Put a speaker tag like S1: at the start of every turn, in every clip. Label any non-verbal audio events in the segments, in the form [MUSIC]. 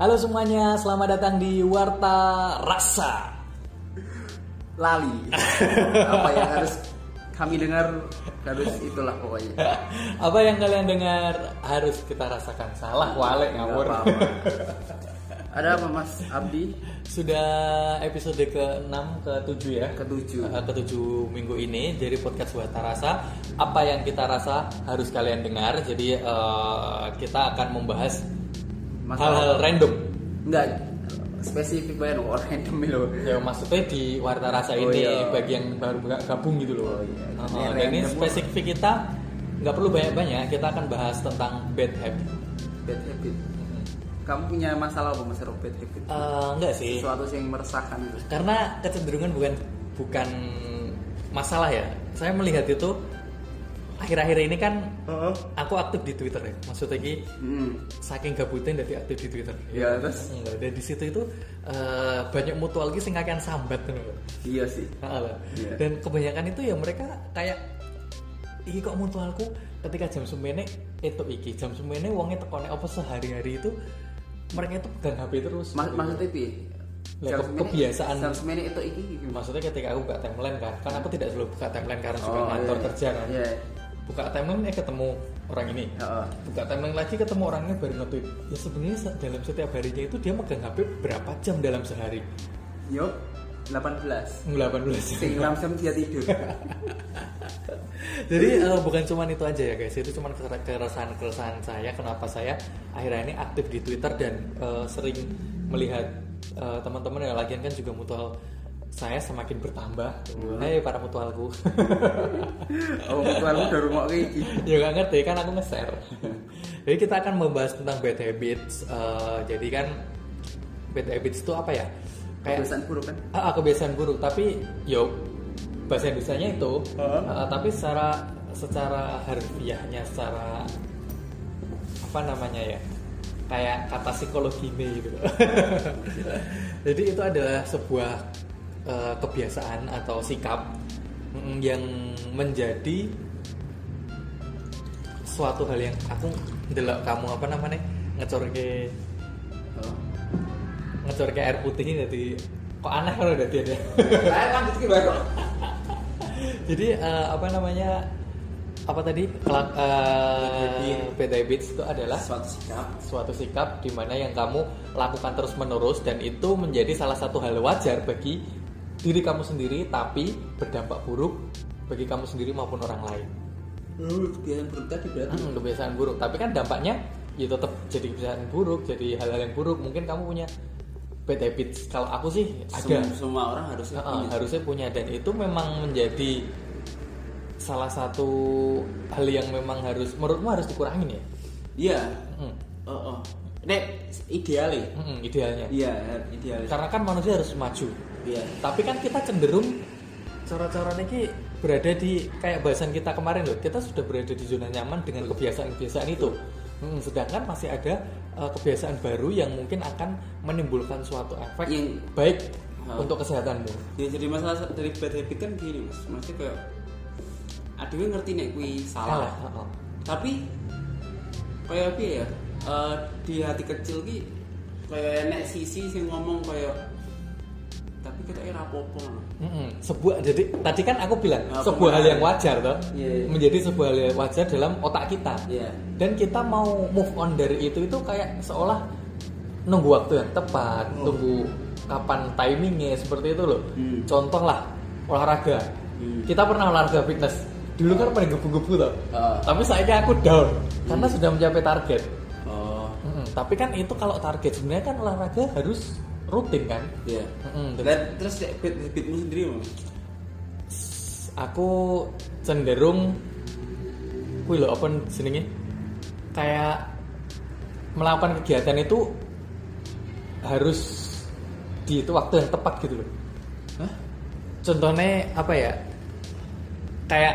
S1: Halo semuanya, selamat datang di Warta
S2: [LAUGHS]
S1: Rasa. [LAUGHS]
S2: lali apa yang harus kami dengar harus itulah pokoknya
S1: Apa yang kalian dengar harus kita rasakan salah wale ngawur.
S2: Nggak apa-apa. ada apa mas Abdi
S1: [LAUGHS] Sudah episode ke-6 ke-7 ya.
S2: ketujuh
S1: Eh, ke-7 minggu ini dari podcast Warta Rasa, apa yang kita rasa harus kalian dengar. Jadi eh, kita akan membahas hal-hal random.
S2: enggak spesifik banget loh random lo
S1: Ya maksudnya di Warta Rasa
S2: Oh,
S1: ini
S2: iya.
S1: bagi yang baru ga- gabung gitu loh.
S2: Oh, iya.
S1: Heeh,
S2: Ini
S1: dan ini
S2: random.
S1: spesifik kita nggak perlu banyak-banyak, kita akan bahas tentang bad habit.
S2: bad habit kamu punya masalah apa mas Rob bad habit
S1: Eh, enggak sih,
S2: sesuatu yang meresahkan itu
S1: karena kecenderungan bukan bukan masalah ya. Saya melihat itu akhir-akhir ini kan aku aktif di Twitter ya. Maksudnya ki
S2: Hmm.
S1: saking gabutnya dari aktif di Twitter.
S2: ya terus
S1: Enggak, dan di situ itu eh, banyak mutual ki sing kakean sambat ngono lho.
S2: iya sih
S1: Heeh Ah, lah.
S2: Iya.
S1: Dan kebanyakan itu ya mereka kayak iki kok mutualku ketika jam semene itu iki jam semene wongnya tekone apa sehari-hari itu mereka itu pegang HP terus.
S2: Mas- maksudnya pi
S1: Iya. Lah, ke- kebiasaan.
S2: jam semene itu iki iki
S1: Maksudnya ketika aku buka timeline kan, kan aku tidak selalu buka timeline karena suka
S2: Oh,
S1: ngantor
S2: iya.
S1: kerja kan.
S2: iya
S1: Buka timeline eh ketemu orang ini.
S2: Heeh.
S1: Buka timeline lagi ketemu orangnya baru nge-tweet. Ya sebenarnya se- dalam setiap harinya itu dia megang HP berapa jam dalam sehari?
S2: yo 18
S1: 18
S2: sing enam jam dia tidur
S1: Jadi eh, bukan cuman itu aja ya guys, itu cuman kere- keresahan-keresahan saya kenapa saya akhirnya ini aktif di Twitter dan eh, sering melihat eh, teman-teman yang lagian kan juga mutual saya semakin bertambah. Hai para mutualku. [LAUGHS]
S2: Oh, keluarga udah rumah kayak gini.
S1: ya nggak ngerti kan aku nge-share. jadi kita akan membahas tentang bad habits. eh, jadi kan bad habits itu apa ya? Kayak
S2: Kebiasaan buruk kan?
S1: Ah, ah, kebiasaan buruk tapi yo bahasa Indonesia itu
S2: Heeh.
S1: ah, tapi secara secara harfiahnya secara apa namanya ya kayak kata psikologi gitu [LAUGHS] jadi itu adalah sebuah eh, kebiasaan atau sikap mm, yang menjadi suatu hal yang aku delok kamu apa namanya ngecor ke
S2: Oh. [LAUGHS]
S1: ngecor ke air putih ini jadi kok aneh kalau udah dia
S2: Saya lanjut ke baru.
S1: jadi eh, apa namanya apa tadi Kelak, eh, bad habits itu adalah
S2: Suatu sikap.
S1: suatu sikap di mana yang kamu lakukan terus menerus dan itu menjadi salah satu hal wajar bagi diri kamu sendiri tapi berdampak buruk bagi kamu sendiri maupun orang lain
S2: Lu kebiasaan buruk tadi berarti.
S1: Hmm, kebiasaan buruk tapi kan dampaknya ya tetap jadi kebiasaan buruk jadi hal-hal yang buruk mungkin kamu punya bad habits kalau aku sih ada
S2: Sem- Semua orang harusnya
S1: Heeh,
S2: punya.
S1: harusnya punya dan itu memang menjadi salah satu hal yang memang harus menurutmu harus dikurangin ya
S2: Iya.
S1: Mm,
S2: Oh, oh. Nek ideal ya.
S1: mm, idealnya
S2: Iya, ideal.
S1: karena kan manusia harus maju
S2: Iya.
S1: tapi kan kita cenderung cara-cara ini berada di kayak bahasan kita kemarin loh kita sudah berada di zona nyaman dengan kebiasaan-kebiasaan itu Mm, sedangkan masih ada eh, kebiasaan baru yang mungkin akan menimbulkan suatu efek
S2: Yang-
S1: baik
S2: Ha.
S1: untuk kesehatanmu
S2: Ya jadi masalah dari bad habit kan gini, Mas. Maksudnya kayak adewe ngerti nek kuwi salah.
S1: Heeh.
S2: Tapi kayak apa ya? Eh, di hati kecil ki kayak nek sisi sing ngomong kayak tapi kita era popo.
S1: Mm-mm. sebuah jadi tadi kan aku bilang
S2: Nah,
S1: sebuah hal
S2: pemahaman.
S1: yang wajar toh
S2: Iya, iya.
S1: menjadi sebuah hal yang wajar dalam otak kita
S2: Iya.
S1: dan kita mau move on dari itu itu kayak seolah nunggu waktu yang tepat nunggu kapan timingnya seperti itu loh
S2: Oh. Hmm.
S1: contoh lah olahraga
S2: Hmm.
S1: kita pernah olahraga fitness dulu kan pada gebu-gebu toh
S2: Ah.
S1: tapi saya aku down karena
S2: Hmm.
S1: sudah mencapai target
S2: Oh,
S1: Mm-mm. tapi kan itu kalau target sebenarnya kan olahraga harus rutin kan
S2: iya.
S1: Mm-mm. Dan-
S2: Dan terus dek, bad habitmu sendiri Mas.
S1: aku cenderung kuwi lho apa jenenge kayak melakukan kegiatan itu harus di itu waktu yang tepat gitu loh.
S2: Hah?
S1: Contohnya apa ya? Kayak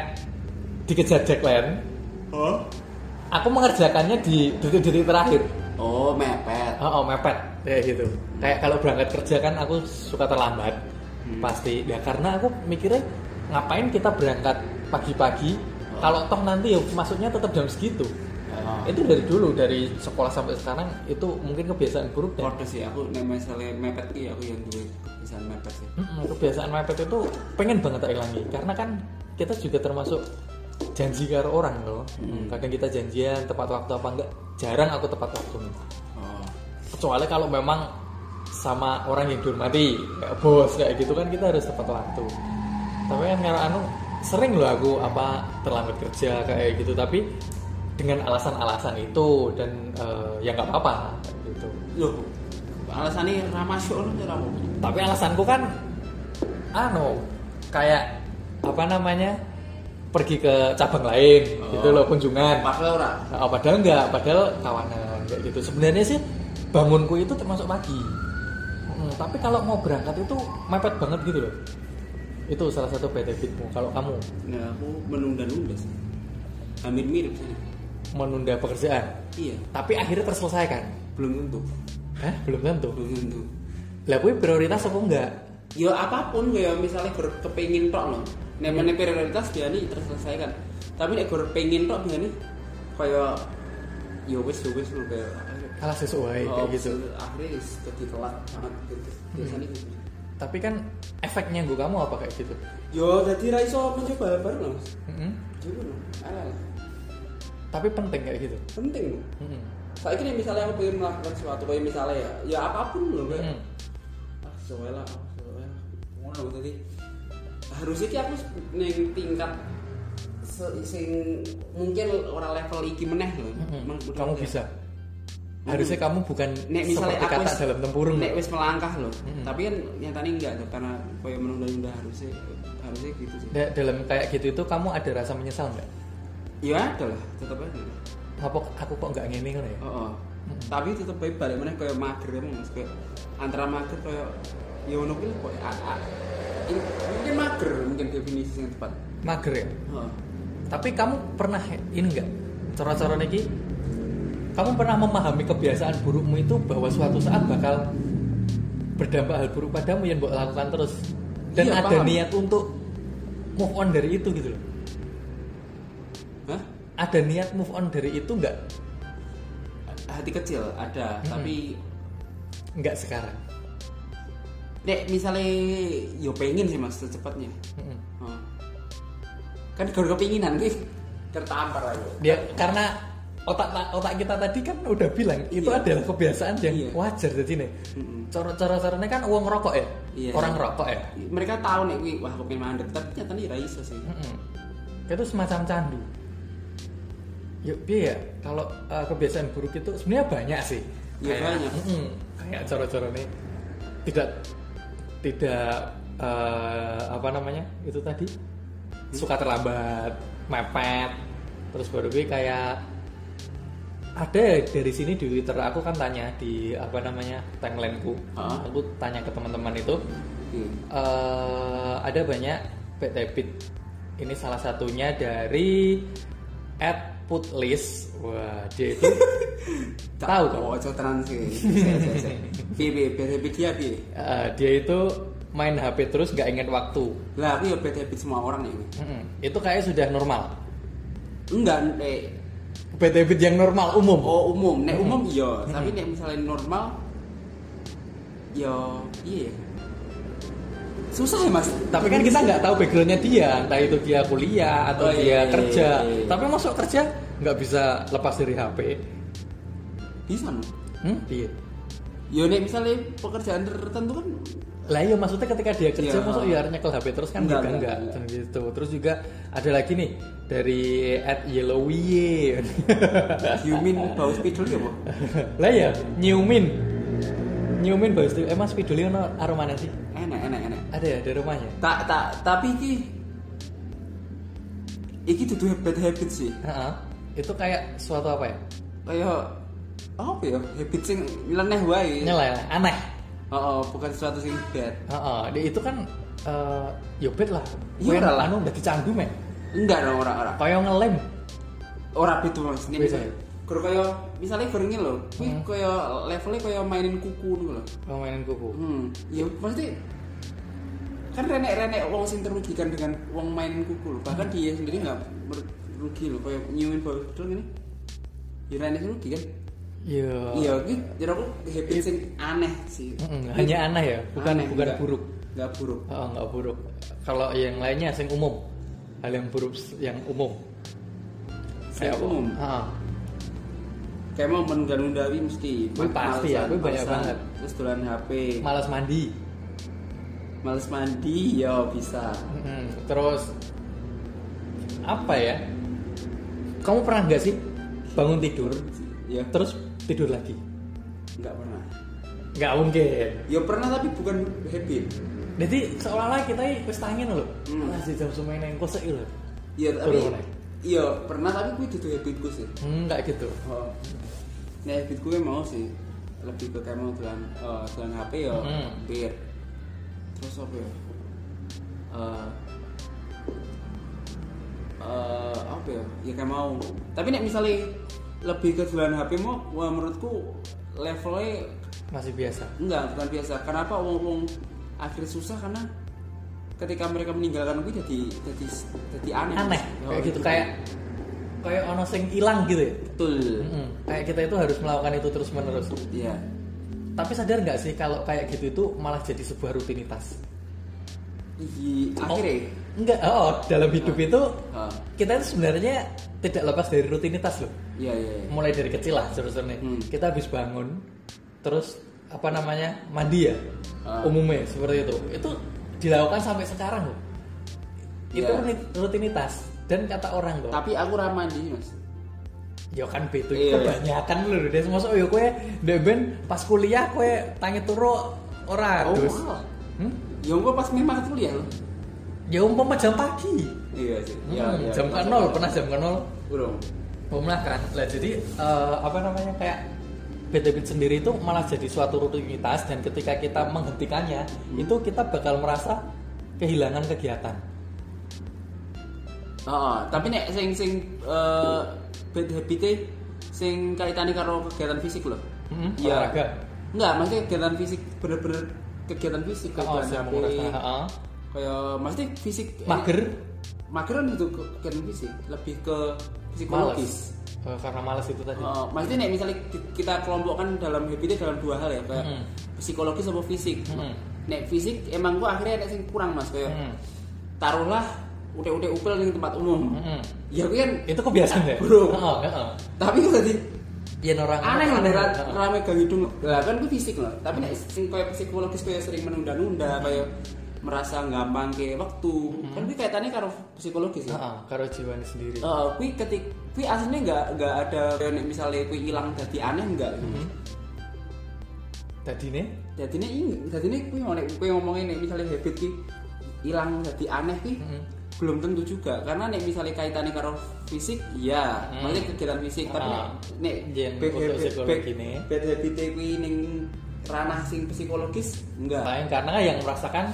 S1: dikejar deadline,
S2: Oh?
S1: aku mengerjakannya di detik-detik terakhir.
S2: Oh, mepet.
S1: Oh, oh mepet kayak gitu. Kayak kalau berangkat kerja kan aku suka terlambat pasti. Ya karena aku mikirnya ngapain kita berangkat pagi-pagi kalau toh nanti ya masuknya tetap jam segitu.
S2: Heeh.
S1: itu dari dulu dari sekolah sampai sekarang itu mungkin kebiasaan buruk dan
S2: kode sih aku nek misalnya mepet ki aku yang duwe kebiasaan mepet sih.
S1: Mm-mm, hmm, kebiasaan mepet itu pengen banget tak ilangi karena kan kita juga termasuk janji karo orang loh kadang kita janjian tepat waktu apa enggak jarang aku tepat waktu
S2: Oh.
S1: kecuali kalau memang sama orang yang dihormati kayak bos kayak gitu kan kita harus tepat waktu tapi kan karena anu sering loh aku apa terlambat kerja kayak gitu tapi dengan alasan-alasan itu dan eh, ya nggak apa-apa kayak gitu
S2: Loh, alasannya ramasyo lu ora apa?
S1: tapi alasanku kan anu kayak apa namanya pergi ke cabang lain
S2: Oh.
S1: gitu loh kunjungan
S2: Padahal ora.
S1: Nah, padahal enggak, padahal kawanan kayak gitu. Sebenarnya sih bangunku itu termasuk pagi. Hmm, tapi kalau mau berangkat itu mepet banget gitu loh. Itu salah satu benefitmu kalau kamu
S2: Nah, aku menunda-nunda sih. Hampir mirip sih.
S1: menunda pekerjaan,
S2: Iya,
S1: tapi akhirnya terselesaikan.
S2: belum tentu.
S1: Hah? Belum tentu.
S2: Belum tentu.
S1: Lah kuwi prioritas apa enggak?
S2: Ya apapun kayak misalnya gur kepengin tok lho. Nek meneh prioritas biasanya terselesaikan. Tapi nek gur pengin tok biasanya kayak ya wis ya wis lho kayak
S1: Kalah sesuai
S2: Oh,
S1: kayak gitu.
S2: Akhirnya is- jadi telat banget gitu. Biasanya gitu.
S1: Tapi kan efeknya gue kamu apa kayak gitu?
S2: Yo jadi Ya, ra iso mencoba bareng lho. Mas.
S1: Mm-mm.
S2: Jadi lho, ala lah.
S1: Tapi penting kayak gitu.
S2: Penting lho.
S1: Mm-mm.
S2: Saya kira misalnya aku pengen melakukan sesuatu kayak misalnya ya, ya apapun loh kayak
S1: Mm.
S2: ah sesuai lah, ah, sesuai lah. Ngono lho, tadi harusnya ki aku neng tingkat se- sing mungkin orang level iki meneh loh.
S1: Mm-mm.
S2: Mang-
S1: Hmm. Kamu
S2: menurut
S1: bisa. Harusnya kamu bukan
S2: ya? Hmm. Nek misalnya
S1: seperti
S2: aku
S1: kata
S2: wis-
S1: dalam
S2: aku.
S1: tempurung. Hmm.
S2: Nek wis melangkah loh,
S1: Mm-mm.
S2: tapi kan nyatanya enggak loh karena kayak menunda-nunda harusnya harusnya gitu sih.
S1: Da- dalam kayak gitu itu kamu ada rasa menyesal nggak?
S2: Ya ada lah, tetap aja.
S1: Apa aku kok nggak ngene ngono ya?
S2: Oh, oh. tapi tetep baik balik mana kayak mager emang mas kayak antara mager kayak ya ono kuwi kok a- a- ini- mungkin mager mungkin definisi yang tepat. Oh.
S1: Mager ya.
S2: Heeh.
S1: Tapi kamu pernah ini nggak? Cara-cara niki kamu pernah memahami kebiasaan burukmu itu bahwa suatu saat bakal berdampak hal buruk padamu yang mbok lakukan terus dan
S2: Iya,
S1: ada
S2: paham.
S1: niat untuk move on dari itu gitu loh.
S2: Hah?
S1: Ada niat move on dari itu nggak?
S2: Hati kecil ada,
S1: Mm-mm.
S2: tapi
S1: Nggak sekarang.
S2: nek misalnya yo pengen sih mas secepatnya.
S1: Mm-mm.
S2: Heeh. Kan gara kepinginan gitu tertampar aja.
S1: Dia karena otak otak kita tadi kan udah bilang itu
S2: Iya.
S1: adalah kebiasaan yang
S2: Iya.
S1: wajar jadi nih.
S2: Mm-mm.
S1: cara-cara caranya kan uang rokok ya
S2: Iya.
S1: orang rokok ya
S2: Mereka tahu nih, wih, wah aku pengen mandek, tapi nyatanya ra iso sih.
S1: Mm-mm. itu semacam candu yuk biar ya kalau uh, kebiasaan buruk itu sebenarnya banyak sih
S2: Iya, banyak.
S1: mm-mm, kayak cara-cara ini tidak tidak uh, apa namanya itu tadi
S2: Hmm.
S1: suka terlambat mepet terus baru gue kayak ada ya, dari sini di Twitter aku kan tanya di apa namanya timelineku
S2: Hah?
S1: aku tanya ke teman-teman itu Iya.
S2: Hmm.
S1: eh ada banyak bad habit. Ini salah satunya dari at putlist. Wah, dia
S2: [LAUGHS]
S1: itu tahu kan?
S2: Oh, cocokan sih. Piye piye piye dia piye.
S1: Eh, dia itu main HP terus nggak ingat waktu.
S2: Lah aku ya bad habit semua orang ya.
S1: Mm-mm. Itu kayak sudah normal.
S2: Enggak nek
S1: Bad habit yang normal umum.
S2: oh umum, nek umum iya, tapi nek misalnya normal ya iya. Susah ya Mas.
S1: Tapi kan kita nggak tahu backgroundnya dia, entah itu dia kuliah atau
S2: Oh, iya,
S1: dia
S2: iya,
S1: kerja.
S2: iya, iya.
S1: Tapi masuk kerja nggak bisa lepas dari HP.
S2: bisa no.
S1: Hmm? Iya.
S2: Ya nek misalnya pekerjaan tertentu kan
S1: Lah iya maksudnya ketika dia kerja
S2: Iya.
S1: masuk ya harus nyekel HP terus kan
S2: Enggak,
S1: juga enggak,
S2: enggak,
S1: gitu. Terus juga ada lagi nih dari at yellowie.
S2: human bau spidol ya, Bu.
S1: lah ya nyiumin. Nyiumin bau itu emang spidolnya ono aromanya sih?
S2: Enak, enak, enak.
S1: Ada ya di rumahnya?
S2: Tak tak tapi iki iki dudu bad habit sih.
S1: Heeh. Itu kayak suatu apa ya?
S2: Kayak apa ya? Habit sing nyeleneh wae.
S1: Nyeleh, aneh.
S2: Oh, oh, bukan sesuatu sing bad.
S1: Heeh, dia itu kan eh yobet lah.
S2: Iya
S1: Wen,
S2: lah.
S1: Anu udah dicandu meh.
S2: Enggak dong ora-ora.
S1: Kayak ngelem.
S2: Ora beda Mas. Ini
S1: Beda.
S2: misalnya Kur kaya misalnya kur ngene lho, kuwi kaya levelnya kaya mainin kuku ngono lho.
S1: Pemainin kuku.
S2: Hmm, ya pasti kan renek-renek wong sing terrugikan dengan wong mainin kuku lho. Bahkan dia sendiri enggak merugi lho kaya nyuwin botol ngene. Uranus itu rugi kan?
S1: Iya.
S2: Iya, iki jero aku habit sing aneh sih.
S1: Mm-mm, hanya aneh ya, bukan
S2: Aneh,
S1: bukan
S2: enggak.
S1: buruk.
S2: Enggak buruk.
S1: Oh, nggak buruk. Kalau yang lainnya yang umum, hal yang buruk yang umum.
S2: Sing umum.
S1: Ah,
S2: Kayak mau menunda-nundawi mesti
S1: Kuwi pasti ya, kuwi banyak banget.
S2: Terus dolan HP,
S1: malas mandi.
S2: males mandi ya bisa.
S1: Mm-mm, Terus apa ya? Kamu pernah nggak sih bangun tidur,
S2: Ya,
S1: terus tidur lagi?
S2: enggak pernah.
S1: Nggak mungkin.
S2: Ya pernah tapi bukan habit.
S1: Jadi seolah-olah kita wis tangin loh.
S2: Hmm.
S1: Alah, sih jam semene engko sik lho.
S2: Iya, tapi
S1: Turun.
S2: Iya, pernah tapi kuwi dudu habitku sih.
S1: Hmm, nggak gitu.
S2: Oh. Nah, habit gue mau sih lebih ke kayak mau tulan eh, tulan HP ya,
S1: Hmm.
S2: hampir. Terus apa ya? Eh, eh, apa ya? Ya kayak mau. Tapi nek misalnya lebih ke tulan HP mau, wah, menurutku levelnya
S1: Masih biasa.
S2: enggak bukan biasa. Kenapa wong-wong akhirnya susah karena ketika mereka meninggalkan gue jadi jadi jadi aneh.
S1: Aneh.
S2: Oh,
S1: Kayak gitu kayak kayak ono sing ilang gitu ya.
S2: betul.
S1: Mm-mm. Kayak kita itu harus melakukan itu terus menerus.
S2: Iya.
S1: Tapi sadar nggak sih kalau kayak gitu itu malah jadi sebuah rutinitas.
S2: Iya, akhirnya.
S1: Enggak, oh, dalam hidup itu
S2: Ah,
S1: kita itu sebenarnya tidak lepas dari rutinitas loh.
S2: iya iya. iya.
S1: Mulai dari kecil lah sebenarnya.
S2: Hmm.
S1: Kita habis bangun, terus apa namanya mandi ya,
S2: Ah.
S1: umumnya seperti itu. Itu dilakukan sampai sekarang loh. Itu
S2: Iya.
S1: runi- rutinitas dan kata orang loh.
S2: Tapi aku ramah mandi mas.
S1: Ya kan betul
S2: Iya.
S1: kebanyakan lho Des mosok "Oh, yo kowe ndek ben pas kuliah kowe tangi turu ora
S2: Oh,
S1: dus.
S2: malah.
S1: Hmm?
S2: Ya gua pas memang kuliah loh.
S1: Ya umpama jam pagi.
S2: Iya sih.
S1: Hmm, jam ke nol pernah jam ke nol
S2: Belum.
S1: pernah kan lah jadi eh, apa namanya kayak benefit sendiri itu malah jadi suatu rutinitas dan ketika kita menghentikannya
S2: Hmm.
S1: itu kita bakal merasa kehilangan kegiatan
S2: Oh, oh. tapi nek sing sing eh, bad habitnya sing kaitannya karo kegiatan fisik loh.
S1: Hmm,
S2: Iya.
S1: olahraga.
S2: Enggak, maksudnya kegiatan fisik bener-bener kegiatan fisik kayak
S1: Oh,
S2: tulan
S1: saya
S2: HP,
S1: mau ngerasa, heeh.
S2: kayak maksudnya fisik
S1: mager
S2: mager kan itu kegiatan fisik lebih ke
S1: males
S2: psikologis.
S1: Eh, karena males itu tadi
S2: Oh, maksudnya nih misalnya ki- kita kelompokkan dalam habitnya dalam dua hal ya kayak
S1: Mm.
S2: psikologis sama fisik.
S1: Mm.
S2: Nek fisik emang gua akhirnya ada sing kurang mas kayak
S1: Hmm,
S2: taruhlah udah-udah upel di tempat umum.
S1: hmm.
S2: Ya gue kan
S1: itu kebiasaan ya
S2: Bro.
S1: Heeh, heeh.
S2: tapi gue tadi
S1: ya orang
S2: aneh lah ra- rame gang hidung lah kan gue fisik loh tapi nek sing kayak psikologis kayak sering
S1: Hmm.
S2: menunda-nunda kayak merasa gampang kayak waktu kan gue kaitannya karo psikologis ya.
S1: Heeh, karo jiwanya sendiri
S2: Eh, kui ketik kui aslinya nggak nggak ada kayak nek misalnya kui hilang jadi aneh nggak
S1: Hmm. tadi nih
S2: jadi ini jadi ini kui mau nek kui ngomongin nek misalnya habit kui hilang jadi aneh kui
S1: Mm-mm.
S2: belum tentu juga karena nek misalnya kaitannya karo fisik iya
S1: Hmm.
S2: maksudnya kegiatan fisik tapi nek
S1: Ah.
S2: nek
S1: Yen
S2: bad
S1: untuk
S2: habit-
S1: psikologi
S2: bad-
S1: ini.
S2: bad habit kuwi ning ranah sing psikologis enggak
S1: lain karena yang merasakan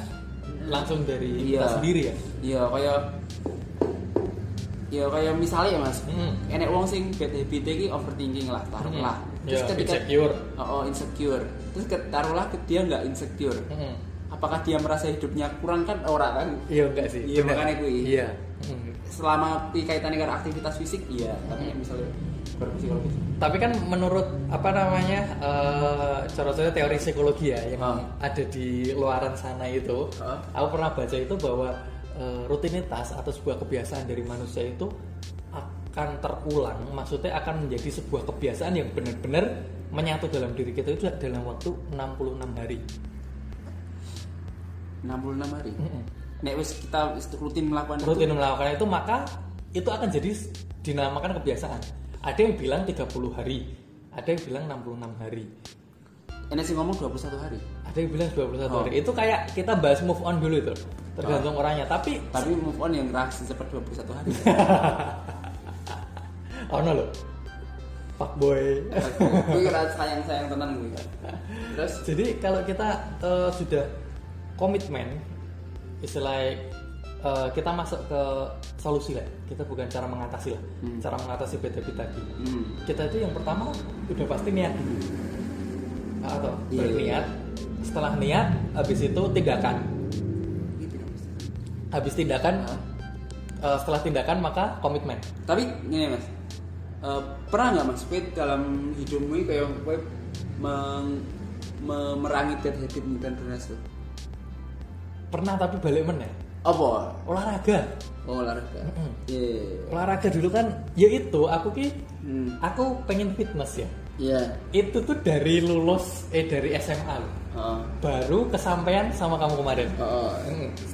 S1: langsung dari kita sendiri ya
S2: iya kayak ya kayak misalnya ya mas
S1: Hmm.
S2: enek wong sing bad habit iki overthinking lah taruhlah
S1: Hmm.
S2: terus
S1: Ya,
S2: ketika
S1: insecure.
S2: oh, oh, insecure terus ke- taruhlah ke- dia nggak insecure
S1: Mm-mm.
S2: apakah dia merasa hidupnya kurang kan ora kan
S1: iya enggak sih
S2: Iya,
S1: Bener.
S2: makanya kui.
S1: iya Mm.
S2: selama kui kaitannya dengan aktivitas fisik iya tapi nek misalnya berpsikologis
S1: tapi kan menurut apa namanya eh, cara-cara teori psikologi ya yang
S2: Ah.
S1: ada di luaran sana itu
S2: Ah.
S1: aku pernah baca itu bahwa eh, rutinitas atau sebuah kebiasaan dari manusia itu akan terulang maksudnya akan menjadi sebuah kebiasaan yang benar-benar menyatu dalam diri kita itu dalam waktu 66 hari
S2: 66 hari.
S1: Mm-mm.
S2: Nek wis kita wis rutin melakukan itu,
S1: rutin melakukan itu maka itu akan jadi s- dinamakan kebiasaan ada yang bilang 30 hari ada yang bilang 66 hari
S2: enek sing ngomong 21 hari.
S1: ada yang bilang 21
S2: Oh.
S1: hari itu kayak kita bahas move on dulu itu tergantung orangnya tapi
S2: Tapi move on yang reaksi cepat
S1: [LAUGHS]
S2: 21 hari.
S1: oh no loh fuck boy
S2: Gue kira sayang-sayang tenan gue. Terus
S1: [LAUGHS] jadi kalau kita eh, sudah komitmen istilah eh, kita masuk ke solusi lah kita bukan cara mengatasi lah cara mengatasi beda-beda tadi
S2: hmm,
S1: kita itu yang pertama udah pasti niat dulu. atau
S2: Iya.
S1: berniat setelah niat habis itu tindakan
S2: gitu dong, Mas.
S1: habis tindakan eh, setelah tindakan maka komitmen
S2: Tapi gini Mas. Eh, pernah nggak mas Kue dalam hidupmu ini kayak kue meng- memerangi dead habitmu dan berhasil
S1: pernah tapi balik meneh
S2: apa
S1: olahraga
S2: oh, olahraga
S1: Mm-mm.
S2: iya
S1: olahraga dulu kan ya itu aku ki
S2: Hmm,
S1: aku pengen fitness ya
S2: iya
S1: itu tuh dari lulus eh dari SMA loh.
S2: Oh,
S1: baru kesampaian sama kamu kemarin
S2: oh,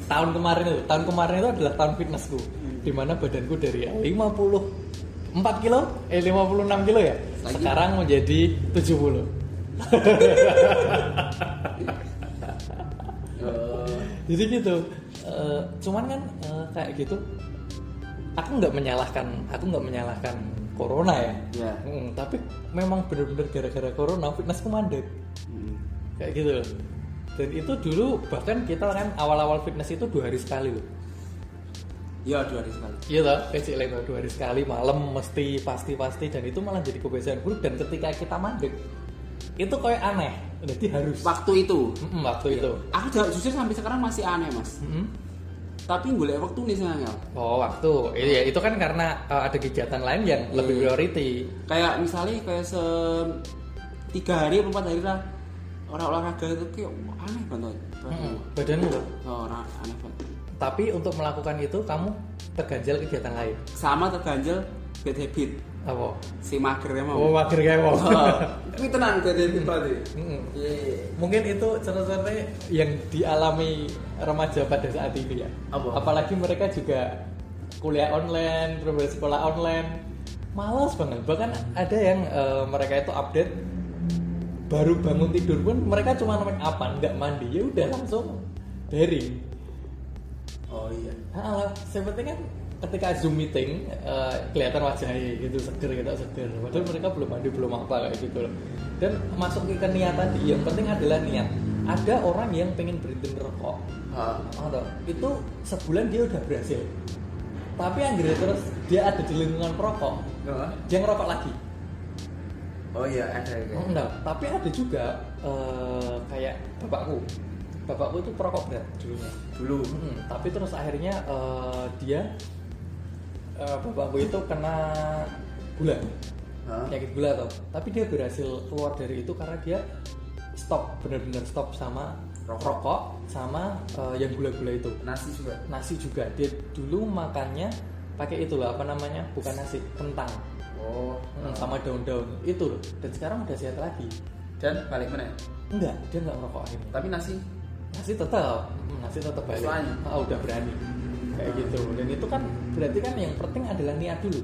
S1: tahun kemarin itu tahun kemarin itu adalah tahun fitnessku dimana badanku dari 54 kilo eh 56 kilo ya
S2: Lagi.
S1: sekarang menjadi 70
S2: oh.
S1: jadi gitu Eh, cuman kan eh, kayak gitu aku nggak menyalahkan aku nggak menyalahkan corona ya
S2: Iya.
S1: Mm, tapi memang bener-bener gara-gara corona fitnessku mandek
S2: Mm.
S1: kayak gitu loh dan itu dulu bahkan kita kan awal-awal fitness itu dua hari sekali loh
S2: Iya dua hari sekali.
S1: Iya toh, kecil lego dua hari sekali malam mesti pasti pasti dan itu malah jadi kebiasaan buruk dan ketika kita mandek itu kayak aneh, jadi harus
S2: Waktu itu,
S1: Mm-mm, waktu
S2: Iya.
S1: itu.
S2: aku juga jujur sampai sekarang masih aneh mas.
S1: Mm-mm.
S2: Tapi golek waktu nih ya. sayang
S1: Oh waktu, iya itu kan karena uh, ada kegiatan lain yang lebih priority.
S2: Kayak misalnya kayak se tiga hari atau empat hari lah orang olahraga itu kayak wah, aneh banget. Iya.
S1: Mm-mm, Badanmu loh.
S2: Oh, orang aneh banget.
S1: Tapi untuk melakukan itu kamu terganjal kegiatan lain.
S2: Sama terganjel bad habit
S1: Apa?
S2: si ya, magernya
S1: Oh
S2: mau.
S1: mager kayak mau.
S2: [LAUGHS] Tapi tenang bad habit berarti.
S1: Mm-mm.
S2: Iya.
S1: Mungkin itu contoh-contohnya yang dialami remaja pada saat ini ya.
S2: Apa?
S1: Apalagi mereka juga kuliah online, terus dari sekolah online, malas banget. Bahkan ada yang eh, mereka itu update baru bangun tidur pun mereka cuma make upan, nggak mandi ya udah langsung daring.
S2: Oh iya.
S1: Ah, seperti kan ketika zoom meeting eh, kelihatan wajahnya gitu seger gitu seger padahal mereka belum mandi belum apa kayak gitu loh dan masuk ke ke niat tadi yang penting adalah niat ada orang yang pengen berhenti merokok
S2: Ah.
S1: atau itu sebulan dia udah berhasil tapi anggere terus dia ada di lingkungan perokok dia ngerokok lagi
S2: Oh iya ada.
S1: Oh, enggak. tapi ada juga eh, kayak bapakku bapakku itu perokok berat dulunya
S2: Dulu.
S1: Mm, tapi terus akhirnya eh, dia eh, bapakku itu kena gula
S2: Iya.
S1: penyakit gula tuh tapi dia berhasil keluar dari itu karena dia stop benar-benar stop sama
S2: Rokok.
S1: rokok sama eh, yang gula-gula itu
S2: Nasi juga.
S1: nasi juga dia dulu makannya pakai itu loh apa namanya bukan nasi kentang
S2: Oh.
S1: Mm, sama daun-daun itu loh dan sekarang udah sehat lagi
S2: Dan balik mana?
S1: enggak dia nggak merokok akhirnya
S2: Tapi nasi
S1: nasi tetap nasi tetap balik
S2: Berani.
S1: Ah, udah berani kayak
S2: Ah.
S1: gitu dan itu kan berarti kan yang penting adalah niat dulu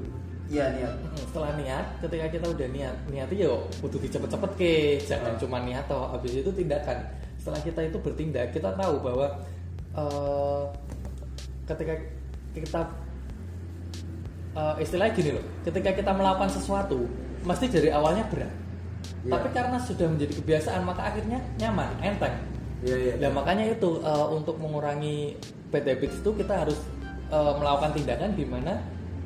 S2: Iya nih.
S1: Mm, setelah niat ketika kita udah niat niat itu ya butuh dicepet-cepet ke jangan
S2: Ah.
S1: cuma niat toh habis itu tindakan setelah kita itu bertindak kita tahu bahwa eh, ketika kita eh, istilahnya gini loh ketika kita melakukan sesuatu mesti dari awalnya berat
S2: Iya.
S1: tapi karena sudah menjadi kebiasaan maka akhirnya nyaman enteng
S2: Iya iya.
S1: Nah makanya itu eh, untuk mengurangi bad habits itu kita harus eh, melakukan tindakan di mana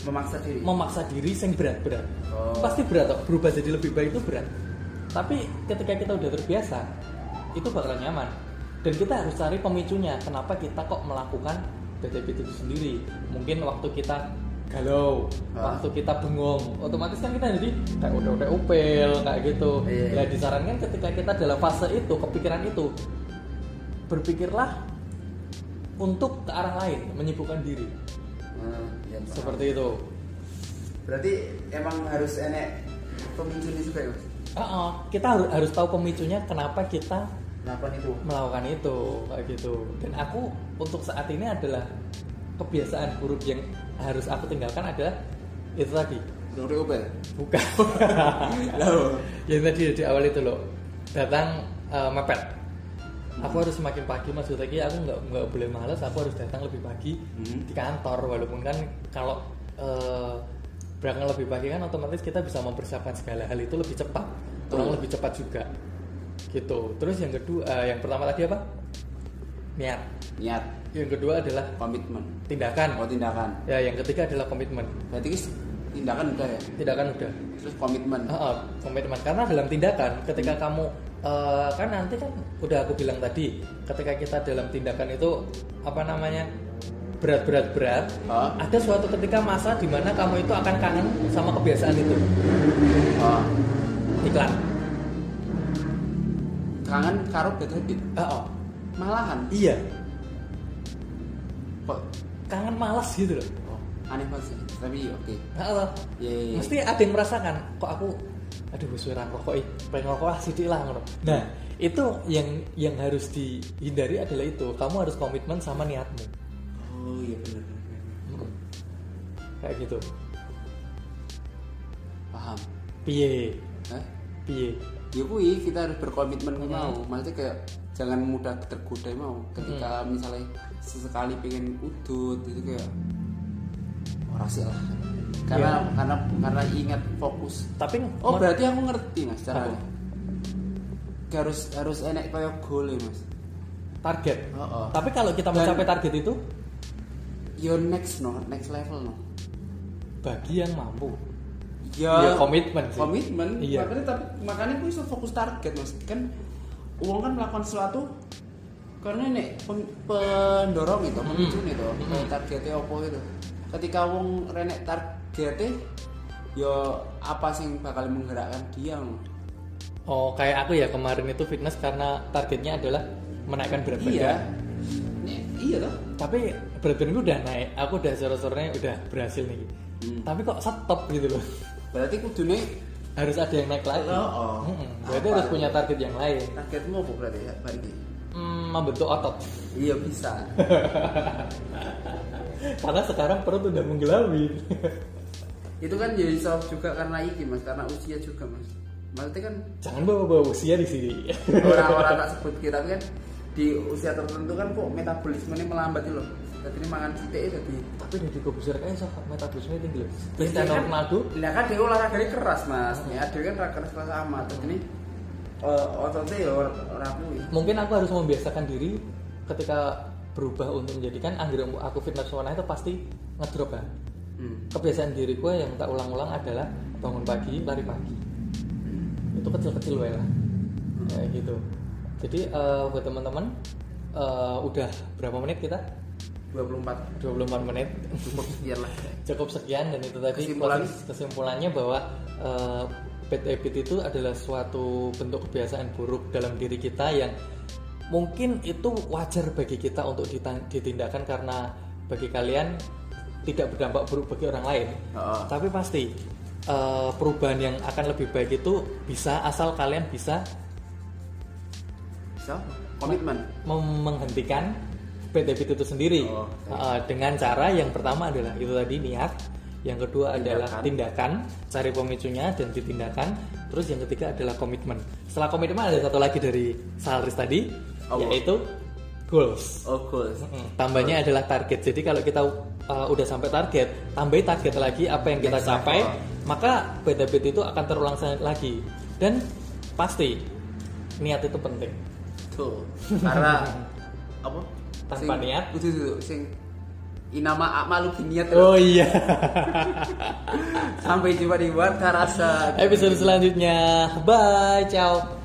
S2: Memaksa diri.
S1: memaksa diri sing berat-berat.
S2: Oh.
S1: Pasti berat kok, berubah jadi lebih baik itu berat. Tapi ketika kita udah terbiasa, itu bakal nyaman. Dan kita harus cari pemicunya, kenapa kita kok melakukan bad habit itu sendiri. Mungkin waktu kita galau,
S2: Ah.
S1: waktu kita bengong, otomatis kan kita jadi kayak udah-udah upel, kayak gitu.
S2: Iya.
S1: Nah, disarankan ketika kita dalam fase itu, kepikiran itu, berpikirlah untuk ke arah lain, menyibukkan diri.
S2: Hmm, iya, Pak.
S1: Seperti itu.
S2: Berarti emang harus enek pemicu ini juga ya mas.
S1: Ah, ah. kita harus harus tahu pemicunya kenapa kita
S2: Melakukan itu.
S1: melakukan itu kayak gitu. Dan aku untuk saat ini adalah kebiasaan buruk yang harus aku tinggalkan adalah itu tadi
S2: Dore obel. [LAUGHS]
S1: bukan
S2: Loh.
S1: yang tadi di awal itu loh datang eh, mepet
S2: Hmm.
S1: aku harus semakin pagi maksudnya ki, aku nggak nggak boleh males aku harus datang lebih pagi di
S2: Hmm.
S1: kantor walaupun kan kalau eh, berangkat lebih pagi kan otomatis kita bisa mempersiapkan segala hal itu lebih cepat kurang
S2: Betul.
S1: lebih cepat juga gitu terus yang kedua eh, yang pertama tadi apa niat
S2: Niat,
S1: yang kedua adalah
S2: komitmen,
S1: tindakan
S2: oh tindakan.
S1: ya yang ketiga adalah komitmen
S2: Berarti itu tindakan udah ya.
S1: tindakan udah
S2: Terus komitmen.
S1: Heeh, komitmen karena dalam tindakan ketika kamu eh, kan nanti kan udah aku bilang tadi ketika kita dalam tindakan itu apa namanya berat berat berat
S2: Hah?
S1: ada suatu ketika masa di mana kamu itu akan kangen sama kebiasaan itu
S2: Ah.
S1: iklan
S2: kangen karo bad habit
S1: Ah, oh.
S2: malahan
S1: iya
S2: kok
S1: kangen malas gitu loh
S2: oh, aneh banget sih tapi iya, oke
S1: Ah, oh.
S2: ya ya, ya.
S1: mesti ada yang merasakan kok aku aduh suara rokok ih pengen rokok ah sidik lah ngono. nah itu yang yang harus dihindari adalah itu kamu harus komitmen sama niatmu
S2: oh iya benar benar, benar.
S1: kayak gitu
S2: paham
S1: piye
S2: Hah?
S1: piye
S2: ya kui kita harus berkomitmen ke mau maksudnya kayak jangan mudah tergoda mau ketika misalnya sesekali pengen udut itu kayak orang sih lah karena karena karena ingat fokus
S1: tapi
S2: oh
S1: ma-
S2: berarti aku ngerti mas caranya
S1: Apa?
S2: harus harus enak kayak goal ya mas
S1: target
S2: oh, oh.
S1: tapi kalau kita
S2: Dan-
S1: mencapai target itu
S2: your next no next level no
S1: bagi yang mampu
S2: ya
S1: Ya, komitmen sih.
S2: komitmen
S1: Iya.
S2: makanya tapi makanya aku bisa fokus target mas kan uang kan melakukan sesuatu karena nek pen- pendorong itu
S1: Hmm.
S2: pemicu itu kayak targetnya apa itu ketika uang renek targetnya ya apa sih yang bakal menggerakkan dia no?
S1: oh kayak aku ya kemarin itu fitness karena targetnya adalah menaikkan berat badan
S2: iya Nek, iya toh
S1: tapi berat badan gue udah naik aku udah sore-sorenya udah berhasil nih
S2: Hmm.
S1: tapi kok stop gitu loh [LAUGHS]
S2: berarti kudune
S1: harus ada yang naik lagi
S2: Oh, oh.
S1: Mm-mm. Eh, hmm, berarti
S2: Apa?
S1: harus punya target yang lain
S2: targetmu apa berarti ya Pak Riki?
S1: Hmm, membentuk otot [LAUGHS]
S2: iya bisa
S1: karena sekarang perut udah menggelabi
S2: itu kan jadi soft juga karena iki mas karena usia juga mas maksudnya kan
S1: [LAUGHS] jangan bawa-bawa usia di sini [LAUGHS]
S2: orang-orang tak sebut kita tapi kan di usia tertentu kan kok metabolismenya melambat itu loh jadi ini makan sitik ya jadi
S1: tapi dari kubusur kayak so metabolisme tinggi loh
S2: Jadi
S1: Cristiano
S2: kan-
S1: Ronaldo
S2: lah kan dia olahraganya keras mas ya dia kan ra keras keras amat jadi ini eh, ototnya ya orang kuwi
S1: mungkin aku harus membiasakan diri ketika berubah untuk menjadikan anggur aku fitness warna itu pasti ngedrop ya
S2: hmm.
S1: kebiasaan diri gue yang tak ulang-ulang adalah bangun pagi lari pagi itu kecil-kecil wae lah kayak gitu jadi eh, buat teman-teman eh, udah berapa menit kita
S2: 24
S1: 24 menit
S2: cukup sekian lah
S1: cukup sekian dan itu tadi
S2: Kesimpulan.
S1: proses- kesimpulannya bahwa eh, bad habit itu adalah suatu bentuk kebiasaan buruk dalam diri kita yang mungkin itu wajar bagi kita untuk ditan- ditindakkan karena bagi kalian tidak berdampak buruk bagi orang lain
S2: Heeh.
S1: tapi pasti eh, perubahan yang akan lebih baik itu bisa asal kalian bisa
S2: so komitmen
S1: mem- menghentikan bad habit itu sendiri
S2: Oh, oke.
S1: Uh, dengan cara yang pertama adalah itu tadi niat yang kedua adalah tindakan cari pemicunya dan ditindakan terus yang ketiga adalah komitmen setelah komitmen ada satu lagi dari Salris tadi
S2: Apa?
S1: yaitu goals
S2: oh goals
S1: Mm, tambahnya adalah target jadi kalau kita uh, udah sampai target tambahin target lagi apa yang kita capai maka bad habit itu akan terulang sa- lagi dan pasti niat itu penting
S2: tuh karena
S1: [LAUGHS]
S2: apa
S1: Tanpa niat.
S2: itu itu sing inama akmalu biniat
S1: oh iya
S2: sampai jumpa di warta rasa
S1: episode selanjutnya. Bye, ciao.